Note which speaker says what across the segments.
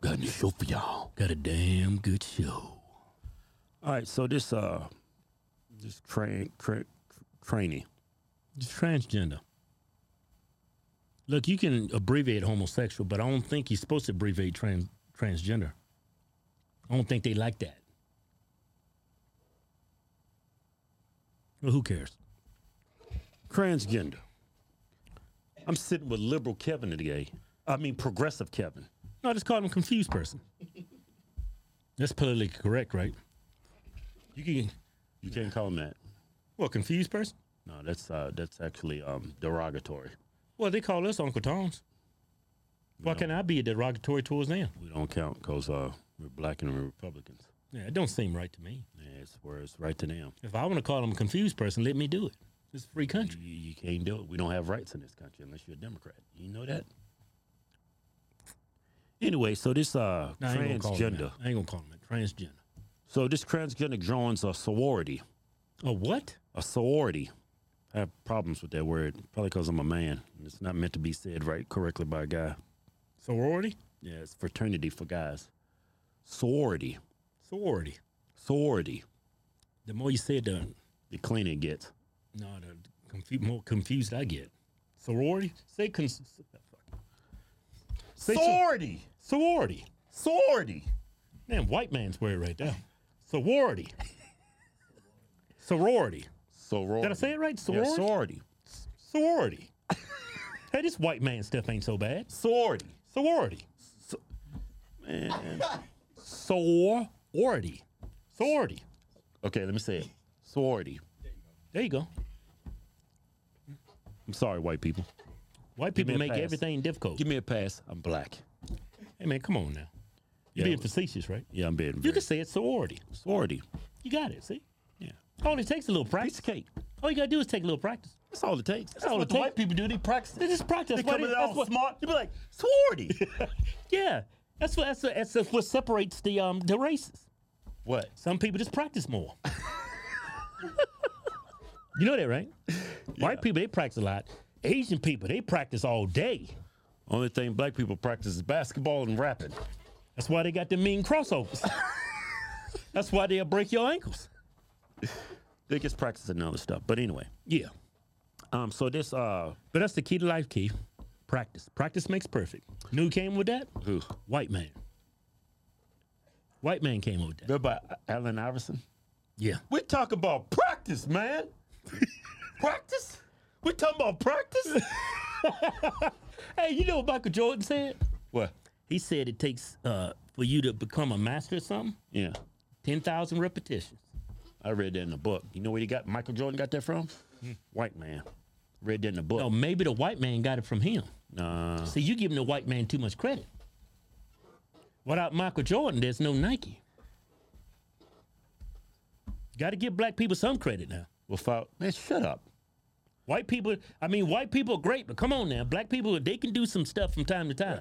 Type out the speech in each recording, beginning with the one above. Speaker 1: got a new show for y'all. Got a damn good show.
Speaker 2: All right, so this uh, this train tra- trainee.
Speaker 1: It's transgender. Look, you can abbreviate homosexual, but I don't think you're supposed to abbreviate trans transgender. I don't think they like that. Well, who cares?
Speaker 2: transgender. I'm sitting with liberal Kevin today. I mean, progressive Kevin.
Speaker 1: No, I just called him confused person. That's politically correct, right? You can
Speaker 2: You can't call him that.
Speaker 1: well confused person.
Speaker 2: No, that's uh, that's actually um, derogatory.
Speaker 1: Well, they call us Uncle Tom's. Why
Speaker 2: No.
Speaker 1: can't I be derogatory towards them?
Speaker 2: We don't count because uh, we're black and we're Republicans.
Speaker 1: Yeah, it don't seem right to me.
Speaker 2: Yeah, it's where it's right to them.
Speaker 1: If I want to call them a confused person, let me do it. It's a free
Speaker 2: You,
Speaker 1: country.
Speaker 2: you can't do it. We don't have rights in this country unless you're a Democrat. You know that. Anyway, so this uh,
Speaker 1: No, I ain't gonna call 'em
Speaker 2: transgender.
Speaker 1: that. I ain't gonna call them that. Transgender.
Speaker 2: So this transgender joins a sorority.
Speaker 1: A what?
Speaker 2: a sorority. I have problems with that word, probably because I'm a man. and It's not meant to be said right correctly by a guy.
Speaker 1: Sorority?
Speaker 2: Yeah, it's fraternity for guys. Sorority,
Speaker 1: Sorority.
Speaker 2: sorority.
Speaker 1: The more you say it, the
Speaker 2: The cleaner it gets.
Speaker 1: no, the confu- more confused I get. Sorority? Say cons- Say so-
Speaker 2: Sorority,
Speaker 1: sorority.
Speaker 2: sorority.
Speaker 1: Man, white man's word right there. Sorority. sorority.
Speaker 2: Sorority.
Speaker 1: Did I say it right?
Speaker 2: Yeah,
Speaker 1: Sorority.
Speaker 2: sorority.
Speaker 1: sorority. hey, this white man stuff ain't so bad.
Speaker 2: Sorority.
Speaker 1: Sorority.
Speaker 2: Man.
Speaker 1: Sorority. Sorority.
Speaker 2: okay, let me say it. Sorority.
Speaker 1: There you go.
Speaker 2: I'm sorry, white people.
Speaker 1: White
Speaker 2: Give me
Speaker 1: people
Speaker 2: a
Speaker 1: make
Speaker 2: pass.
Speaker 1: everything difficult.
Speaker 2: Give me a pass. I'm black.
Speaker 1: hey man, come on now.
Speaker 2: Yeah.
Speaker 1: You're being facetious, right?
Speaker 2: Yeah, I'm being.
Speaker 1: You
Speaker 2: very-
Speaker 1: can say it's sorority.
Speaker 2: sorority.
Speaker 1: You got it. See?
Speaker 2: Yeah.
Speaker 1: All it takes a little
Speaker 2: Piece
Speaker 1: practice.
Speaker 2: of cake.
Speaker 1: All you gotta do is take a little practice.
Speaker 2: That's all it takes. That's,
Speaker 1: all
Speaker 2: what
Speaker 1: it
Speaker 2: the
Speaker 1: takes.
Speaker 2: white people do. They practice.
Speaker 1: They just practice.
Speaker 2: They
Speaker 1: Why
Speaker 2: come
Speaker 1: they-
Speaker 2: in
Speaker 1: that's
Speaker 2: all
Speaker 1: what-
Speaker 2: smart. They be like, sorority.
Speaker 1: Yeah, that's what that's, what- that's, that's what separates the um the races.
Speaker 2: what?
Speaker 1: Some people just practice more. you know that, right? White people they practice a lot. Asian people they practice all day.
Speaker 2: Only thing black people practice is basketball and rapping.
Speaker 1: That's why they got the mean crossovers. that's why they'll break your ankles.
Speaker 2: They just practice another stuff. But anyway,
Speaker 1: Yeah,
Speaker 2: um, so this uh,
Speaker 1: but that's the key to life, Keith. Practice. Practice makes perfect. You know who came with that?
Speaker 2: who?
Speaker 1: White man. White man came up with that.
Speaker 2: Remember Allen Iverson?
Speaker 1: Yeah.
Speaker 2: We talk about practice, man. practice? We talking about practice?
Speaker 1: Hey, you know what Michael Jordan said?
Speaker 2: what?
Speaker 1: He said it takes uh, for you to become a master of something,
Speaker 2: Yeah,
Speaker 1: ten thousand repetitions.
Speaker 2: I read that in a book. You know where he got Michael Jordan got that from? White man. Read that in a book.
Speaker 1: Oh, maybe the white man got it from him.
Speaker 2: Nah.
Speaker 1: See, you giving the white man too much credit. Without Michael Jordan, there's no Nike. Got to give black people some credit now.
Speaker 2: Without man, shut up.
Speaker 1: White people, I mean, white people are great, but come on now, black people, they can do some stuff from time to time.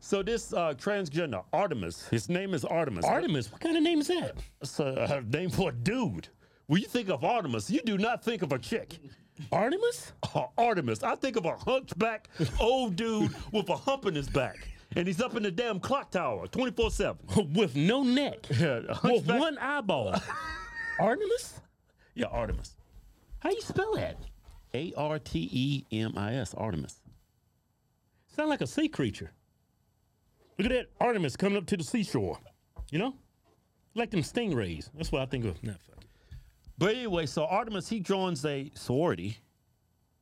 Speaker 2: So this uh, transgender Artemis, his name is Artemis.
Speaker 1: Artemis, what kind of name is that?
Speaker 2: That's a a name for a dude. When you think of Artemis, you do not think of a chick.
Speaker 1: Artemis?
Speaker 2: Uh, Artemis, I think of a hunchback old dude with a hump in his back. And he's up in the damn clock tower 24 7.
Speaker 1: With no neck,
Speaker 2: Yeah, a
Speaker 1: with
Speaker 2: hunchback-
Speaker 1: one eyeball. Artemis?
Speaker 2: yeah, Artemis.
Speaker 1: How you spell that?
Speaker 2: A R T E M I S, Artemis.
Speaker 1: Sound like a sea creature. Look at that Artemis coming up to the seashore. You know? Like them stingrays. That's what I think of. Nah, fuck it.
Speaker 2: But anyway, so Artemis, he joins a sorority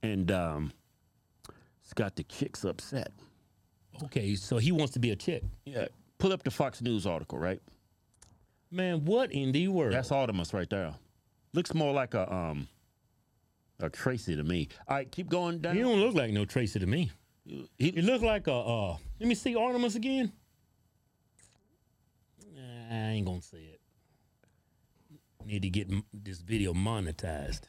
Speaker 2: and um, it's got the chicks upset.
Speaker 1: Okay, so he wants to be a chick.
Speaker 2: Yeah. Pull up the Fox News article, right?
Speaker 1: Man, what in the world?
Speaker 2: That's Artemis right there. Looks more like a um a Tracy to me. All right, keep going down.
Speaker 1: you don't look like no Tracy to me.
Speaker 2: He-
Speaker 1: You look like a, uh, let me see Artemis again. Nah, I ain't gonna say it. Need to get m- this video monetized.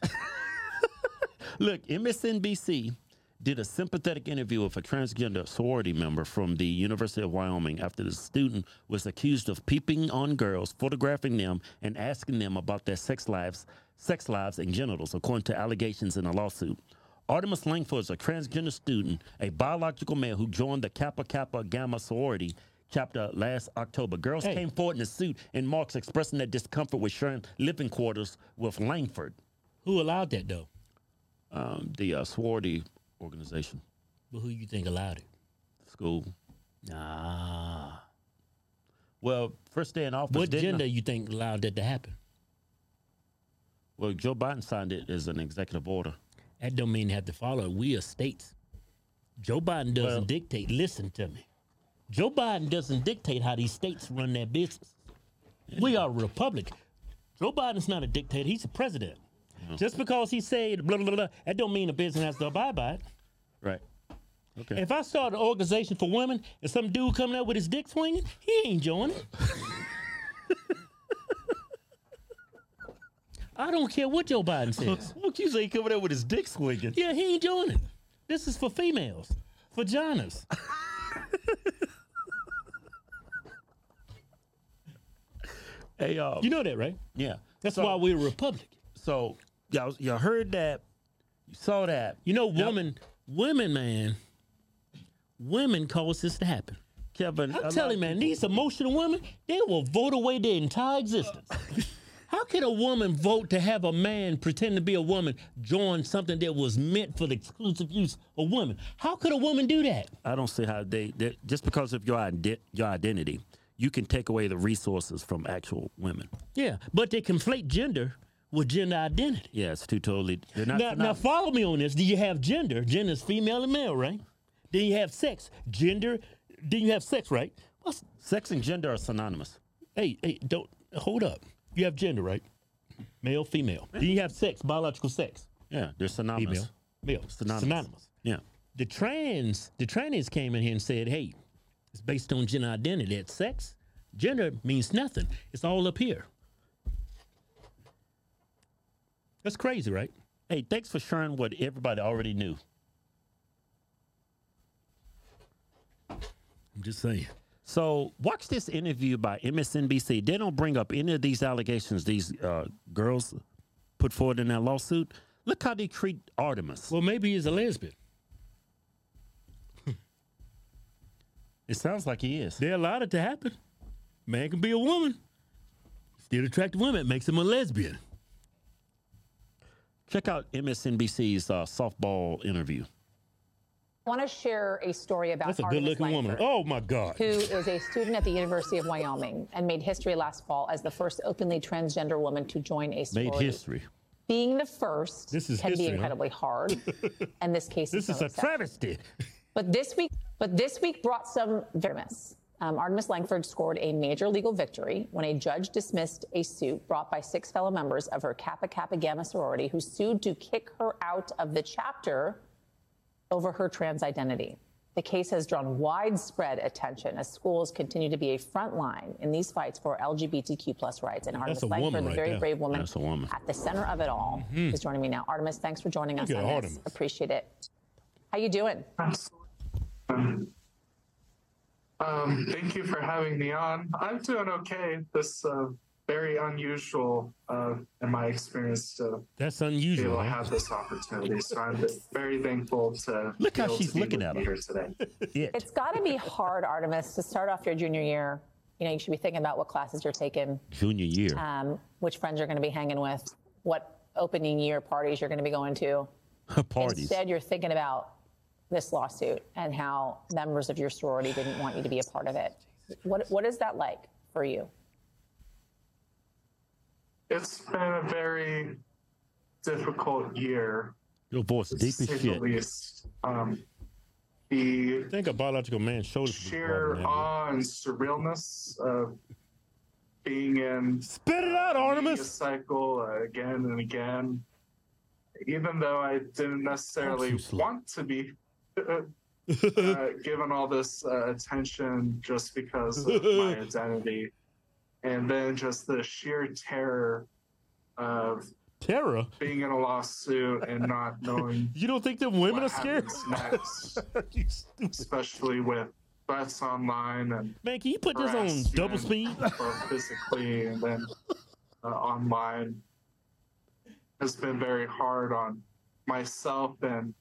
Speaker 2: Look, MSNBC did a sympathetic interview with a transgender sorority member from the University of Wyoming after the student was accused of peeping on girls, photographing them, and asking them about their sex lives, sex lives and genitals, according to allegations in a lawsuit. Artemis Langford is a transgender student, a biological male who joined the Kappa Kappa Gamma sorority chapter last October. Girls
Speaker 1: Hey.
Speaker 2: came forward in a suit in marks expressing their discomfort with sharing living quarters with Langford,
Speaker 1: Who allowed that though?
Speaker 2: um, the uh, sorority organization,
Speaker 1: But who you think allowed it?
Speaker 2: school.
Speaker 1: Ah.
Speaker 2: Well, first day in office.
Speaker 1: What
Speaker 2: didn't-
Speaker 1: gender you think allowed that to happen?
Speaker 2: Well, Joe Biden signed it as an executive order.
Speaker 1: That don't mean have to follow it. We are states. Joe Biden doesn't
Speaker 2: Well-
Speaker 1: dictate. Listen to me. Joe Biden doesn't dictate how these states run their business. We are a republic. Joe Biden's not a dictator. He's a president. Just because he said blah, blah, blah, blah, that don't mean a business has to abide by it.
Speaker 2: Right. Okay.
Speaker 1: If I start an organization for women and some dude coming out with his dick swinging, he ain't joining. I don't care what Joe Biden says.
Speaker 2: What you say coming out with his dick swinging?
Speaker 1: Yeah, he ain't doing it. This is for females, vaginas.
Speaker 2: Hey, uh,
Speaker 1: You know that, right?
Speaker 2: yeah.
Speaker 1: That's
Speaker 2: So-
Speaker 1: why we're a republic.
Speaker 2: So y'all, y'all heard that, you saw that.
Speaker 1: You know, women, women, man, women cause this to happen.
Speaker 2: Kevin,
Speaker 1: I'm telling you, man, these emotional women, they will vote away their entire existence. How can a woman vote to have a man pretend to be a woman join something that was meant for the exclusive use of women? How could a woman do that?
Speaker 2: I don't see how they, they just because of your ide- your identity, you can take away the resources from actual women.
Speaker 1: Yeah, but they conflate gender with gender identity.
Speaker 2: Yeah, it's too totally. They're not.
Speaker 1: Now,
Speaker 2: they're
Speaker 1: now
Speaker 2: not-
Speaker 1: follow me on this. Do you have gender? Gender is female and male, right? Then you have sex. Gender. Then you have sex, right? What's,
Speaker 2: sex and gender are synonymous.
Speaker 1: hey, hey, don't hold up. You have gender, right? Male, female. Then you have sex, biological sex.
Speaker 2: Yeah, they're synonymous.
Speaker 1: Female, male.
Speaker 2: Synonymous.
Speaker 1: Synonymous.
Speaker 2: Yeah.
Speaker 1: The trans, the trannies came in here and said, hey, it's based on gender identity. That sex, gender means nothing. It's all up here. That's crazy, right?
Speaker 2: Hey, thanks for sharing what everybody already knew.
Speaker 1: I'm just saying.
Speaker 2: So watch this interview by MSNBC. They don't bring up any of these allegations these uh, girls put forward in that lawsuit. Look how they treat Artemis.
Speaker 1: Well, maybe he's a lesbian.
Speaker 2: It sounds like he is.
Speaker 1: They allowed it to happen. Man can be a woman. Still attractive women makes him a lesbian.
Speaker 2: Check out MSNBC's uh, softball interview.
Speaker 3: I want to share a story about
Speaker 1: That's a
Speaker 3: Artemis
Speaker 1: good looking woman.
Speaker 3: Langford,
Speaker 1: Oh my God.
Speaker 3: Who is a student at the University of Wyoming and made history last fall as the first openly transgender woman to join a sorority.
Speaker 2: Made history.
Speaker 3: Being the first
Speaker 1: This is
Speaker 3: can
Speaker 1: history, huh?
Speaker 3: be incredibly hard, and this case
Speaker 1: This
Speaker 3: no
Speaker 1: is a
Speaker 3: exception.
Speaker 1: travesty.
Speaker 3: But this week, but this week brought some bitterness. Um, Artemis Langford scored a major legal victory when a judge dismissed a suit brought by six fellow members of her Kappa Kappa Gamma sorority who sued to kick her out of the chapter over her trans identity. The case has drawn widespread attention as schools continue to be a front line in these fights for LGBTQ plus rights. And Artemis
Speaker 1: a woman
Speaker 3: Langford,
Speaker 1: right
Speaker 3: the very
Speaker 1: there.
Speaker 3: brave woman,
Speaker 2: That's a woman.
Speaker 3: at the center of it all, is joining me now. Artemis, thanks for joining us
Speaker 1: at
Speaker 3: on
Speaker 1: Artemis.
Speaker 3: this. Appreciate it. How you doing?
Speaker 4: Um, thank you for having me on. I'm doing okay. This uh, very unusual uh, in my experience to
Speaker 1: That's
Speaker 4: be able
Speaker 1: unusual.
Speaker 4: to
Speaker 1: huh?
Speaker 4: have this opportunity. So I'm very thankful to
Speaker 2: Look
Speaker 4: be
Speaker 2: how
Speaker 4: able to
Speaker 2: she's
Speaker 4: be
Speaker 2: looking
Speaker 4: with
Speaker 2: at
Speaker 4: you
Speaker 2: him.
Speaker 4: here today.
Speaker 2: It.
Speaker 3: It's got to be hard, Artemis, to start off your junior year. You know, you should be thinking about what classes you're taking,
Speaker 2: Junior year.
Speaker 3: um, which friends you're going to be hanging with, what opening year parties you're going to be going to.
Speaker 2: Parties.
Speaker 3: Instead, you're thinking about this lawsuit and how members of your sorority didn't want you to be a part of it. What What is that like for you?
Speaker 4: It's been a very difficult year,
Speaker 2: Your voice deep
Speaker 4: to
Speaker 2: as
Speaker 4: say the
Speaker 2: shit.
Speaker 4: least. Um, the
Speaker 1: I think a biological man's shoulders. would be
Speaker 4: sheer
Speaker 1: broader than that.
Speaker 4: awe and surrealness of being in
Speaker 1: Spit it out,
Speaker 4: media
Speaker 1: Artemis.
Speaker 4: cycle uh, again and again, even though I didn't necessarily
Speaker 1: Don't you slut.
Speaker 4: want to be uh, uh, given all this uh, attention just because of my identity, and then just the sheer terror of
Speaker 1: Terror.
Speaker 4: being in a lawsuit and not knowing
Speaker 1: You don't think them women
Speaker 4: what
Speaker 1: are scared?
Speaker 4: happens next,
Speaker 1: You stupid.
Speaker 4: especially with threats online and
Speaker 1: Man, can you put this on
Speaker 4: harassment,
Speaker 1: double speed?
Speaker 4: both physically and then uh, online has been very hard on myself and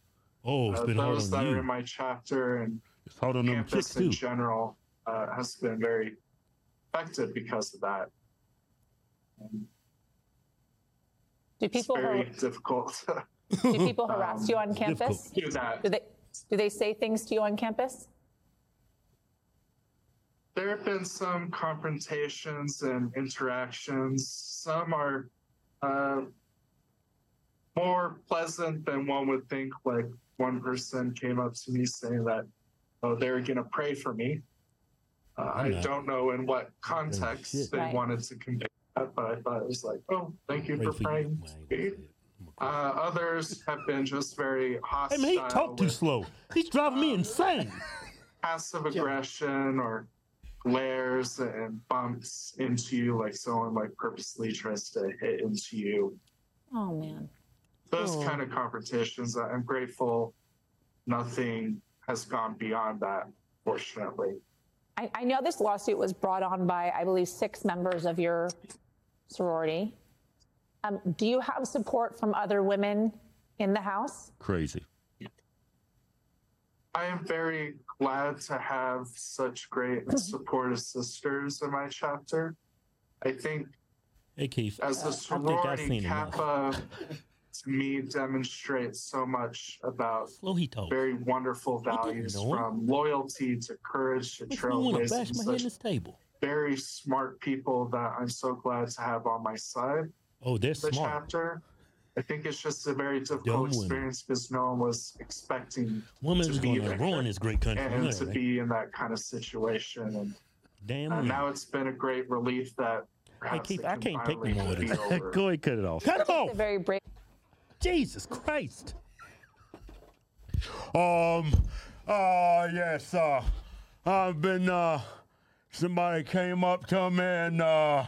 Speaker 1: Oh, it's
Speaker 4: Uh,
Speaker 1: been hard
Speaker 4: those that
Speaker 1: on
Speaker 4: are in
Speaker 1: you.
Speaker 4: my chapter and
Speaker 1: It's hard on them chicks
Speaker 4: campus in
Speaker 1: too.
Speaker 4: general uh, has been very affected because of that.
Speaker 3: Do
Speaker 4: It's
Speaker 3: people
Speaker 4: very
Speaker 3: har-
Speaker 4: difficult to
Speaker 3: do people harass you on
Speaker 1: difficult.
Speaker 3: campus?
Speaker 4: do that.
Speaker 3: Do they do they say things to you on campus?
Speaker 4: There have been some confrontations and interactions. Some are uh, more pleasant than one would think. Like one person came up to me saying that, "Oh, they're gonna pray for me." Uh, I
Speaker 1: Yeah.
Speaker 4: don't know in what context
Speaker 1: shit.
Speaker 4: they
Speaker 3: Right.
Speaker 4: wanted to convey that, but I thought it was like, "Oh, thank you
Speaker 1: Pray
Speaker 4: for
Speaker 1: for you.
Speaker 4: praying."
Speaker 1: Well,
Speaker 4: to me."
Speaker 1: that's it.
Speaker 4: Uh, others have been just very
Speaker 1: Hey
Speaker 4: hostile.
Speaker 1: man, he talked too
Speaker 4: with-
Speaker 1: slow. He's driving me insane.
Speaker 4: passive aggression or glares and bumps into you, like someone like purposely tries to hit into you.
Speaker 3: Oh man.
Speaker 4: Those
Speaker 1: Oh.
Speaker 4: kind of confrontations. I- I'm grateful nothing has gone beyond that, fortunately.
Speaker 3: I, I know this lawsuit was brought on by, I believe, six members of your sorority. Um, do you have support from other women in the house?
Speaker 1: Crazy.
Speaker 4: I am very glad to have such great and supportive sisters in my chapter. I think
Speaker 1: Hey Keith.
Speaker 4: as a
Speaker 1: I think I've
Speaker 4: sorority,
Speaker 1: seen enough.
Speaker 4: Kappa to me demonstrates so much about
Speaker 1: Slow he talks.
Speaker 4: very wonderful
Speaker 1: didn't
Speaker 4: values
Speaker 1: know it.
Speaker 4: from loyalty to courage to
Speaker 1: Makes me want to bash
Speaker 4: trailblazing.
Speaker 1: my head
Speaker 4: Such
Speaker 1: in this table.
Speaker 4: very smart people that I'm so glad to have on my side.
Speaker 1: Oh, they're
Speaker 4: The
Speaker 1: smart.
Speaker 4: chapter. I think it's just a very
Speaker 1: Dumb
Speaker 4: difficult
Speaker 1: women.
Speaker 4: experience because no one was expecting
Speaker 1: Women's
Speaker 4: to be
Speaker 1: going to
Speaker 4: there.
Speaker 1: ruin this great country.
Speaker 4: and
Speaker 1: Yeah,
Speaker 4: to
Speaker 1: man.
Speaker 4: be in that kind of situation. And
Speaker 1: Damn.
Speaker 4: uh,
Speaker 1: women.
Speaker 4: now it's been a great relief that. perhaps
Speaker 1: Keith,
Speaker 4: it
Speaker 1: Hmm. I
Speaker 4: can
Speaker 1: can't take
Speaker 4: finally
Speaker 1: no more of
Speaker 4: be
Speaker 1: this.
Speaker 4: over.
Speaker 1: Go ahead, cut it off. Cut him
Speaker 3: The
Speaker 1: off.
Speaker 3: very brave.
Speaker 1: Jesus Christ.
Speaker 5: Um, uh, yes, uh, I've been, uh, somebody came up to me and, uh,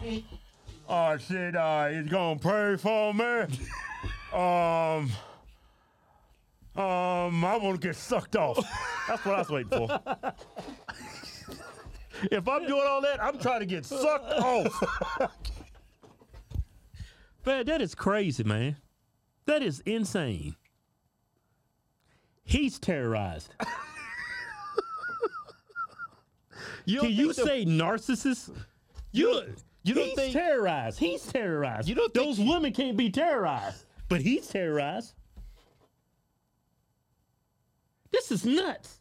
Speaker 5: uh, said, uh, he's gonna pray for me. Um, um, I wanna get sucked off.
Speaker 1: That's what I was waiting for.
Speaker 5: if I'm doing all that, I'm trying to get sucked off.
Speaker 1: Man, that is crazy, man. That is insane. He's terrorized.
Speaker 5: You
Speaker 1: Can you say narcissist? You,
Speaker 5: you don't
Speaker 1: he's
Speaker 5: think-
Speaker 1: terrorized. He's terrorized.
Speaker 5: You don't think
Speaker 1: Those
Speaker 5: he-
Speaker 1: women can't be terrorized, but he's terrorized. This is nuts.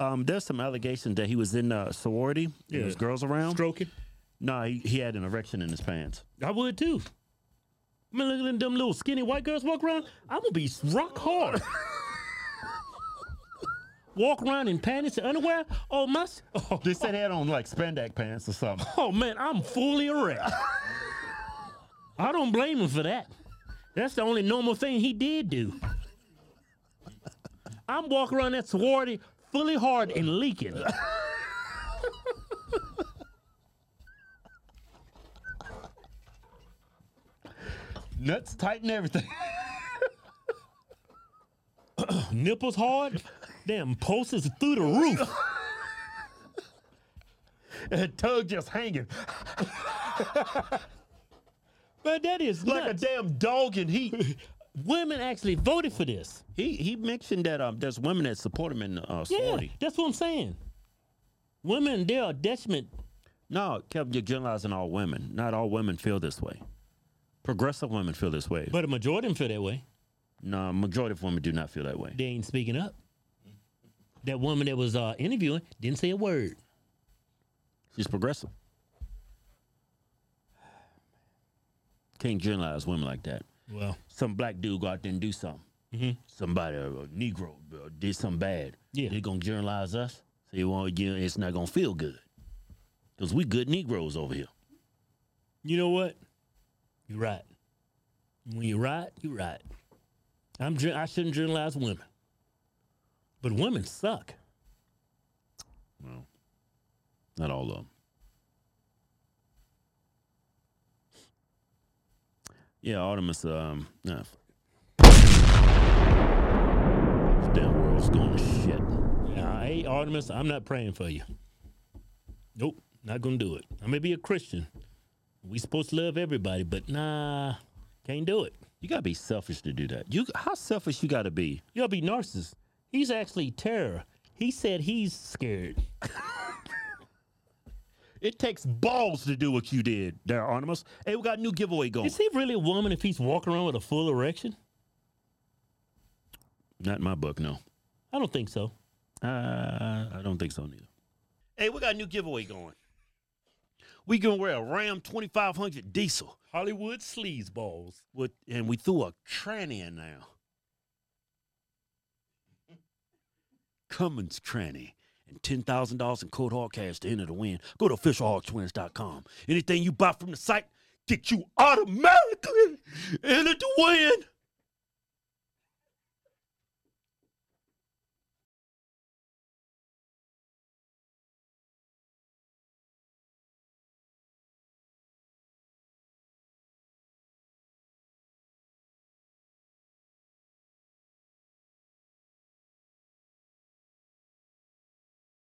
Speaker 1: Um, there's some allegations that he was in a sorority. and There was
Speaker 6: Yeah.
Speaker 1: girls around.
Speaker 6: Stroking.
Speaker 1: No, he, he had an erection in his pants.
Speaker 6: I would too.
Speaker 1: I mean, look at them little skinny white girls walk around. I'm gonna be rock hard. walk around in panties and underwear. Oh my! s- Oh,
Speaker 5: They said he had on like spandex pants or something.
Speaker 1: oh, man, I'm fully erect. I don't blame him for that. That's the only normal thing he did do. I'm walking around that sorority fully hard and leaking.
Speaker 5: Nuts tight and everything.
Speaker 1: Nipples hard. Damn, posters through the roof.
Speaker 5: and tug just hanging
Speaker 1: But that is
Speaker 5: like
Speaker 1: nuts.
Speaker 5: a damn dog in heat.
Speaker 1: women actually voted for this.
Speaker 2: He he mentioned that um, there's women that support him in the uh,
Speaker 1: Yeah,
Speaker 2: sorority.
Speaker 1: that's what I'm saying. Women, they are detriment.
Speaker 2: No, Kevin, you're generalizing all women. Not all women feel this way. Progressive women feel this way.
Speaker 1: But a majority of them feel that way.
Speaker 2: no, majority of women do not feel that way.
Speaker 1: They ain't speaking up. That woman that was uh, interviewing didn't say a word.
Speaker 2: She's progressive. Can't generalize women like that.
Speaker 1: Well,
Speaker 2: Some black dude go out there and do something. Mm-hmm. Somebody, a Negro, uh, did something bad.
Speaker 1: Yeah.
Speaker 2: They're going to generalize us. Say, well, yeah, it's not going to feel good. Because we good Negroes over here.
Speaker 1: you know what? You're right. When you're right, you're right. I'm gen- I shouldn't generalize women, but women suck.
Speaker 2: Not all of them. Yeah, Artemis. Um, nah. fuck it. This damn world's going to shit.
Speaker 1: Now, hey, Artemis, I'm not praying for you. Nope, not gonna do it. I may be a Christian. We supposed to love everybody, but nah, can't do it.
Speaker 2: You gotta be selfish to do that. You how selfish you gotta be?
Speaker 1: You'll be narcissist. He's actually terror. He said he's scared.
Speaker 2: It takes balls to do what you did there, Artemis. Hey, we got a new giveaway going.
Speaker 1: Is he really a woman if he's walking around with a full erection?
Speaker 2: Not in my book, no.
Speaker 1: I don't think so.
Speaker 2: Uh, I don't think so neither. Hey, we got a new giveaway going. We gonna wear a Ram 2500 diesel
Speaker 1: Hollywood sleaze balls.
Speaker 2: with, and we threw a tranny in now. Cummins tranny and ten thousand dollars in cold hard cash to enter the win. Go to officialhogtwins.com. Anything you buy from the site get you automatically entered to win.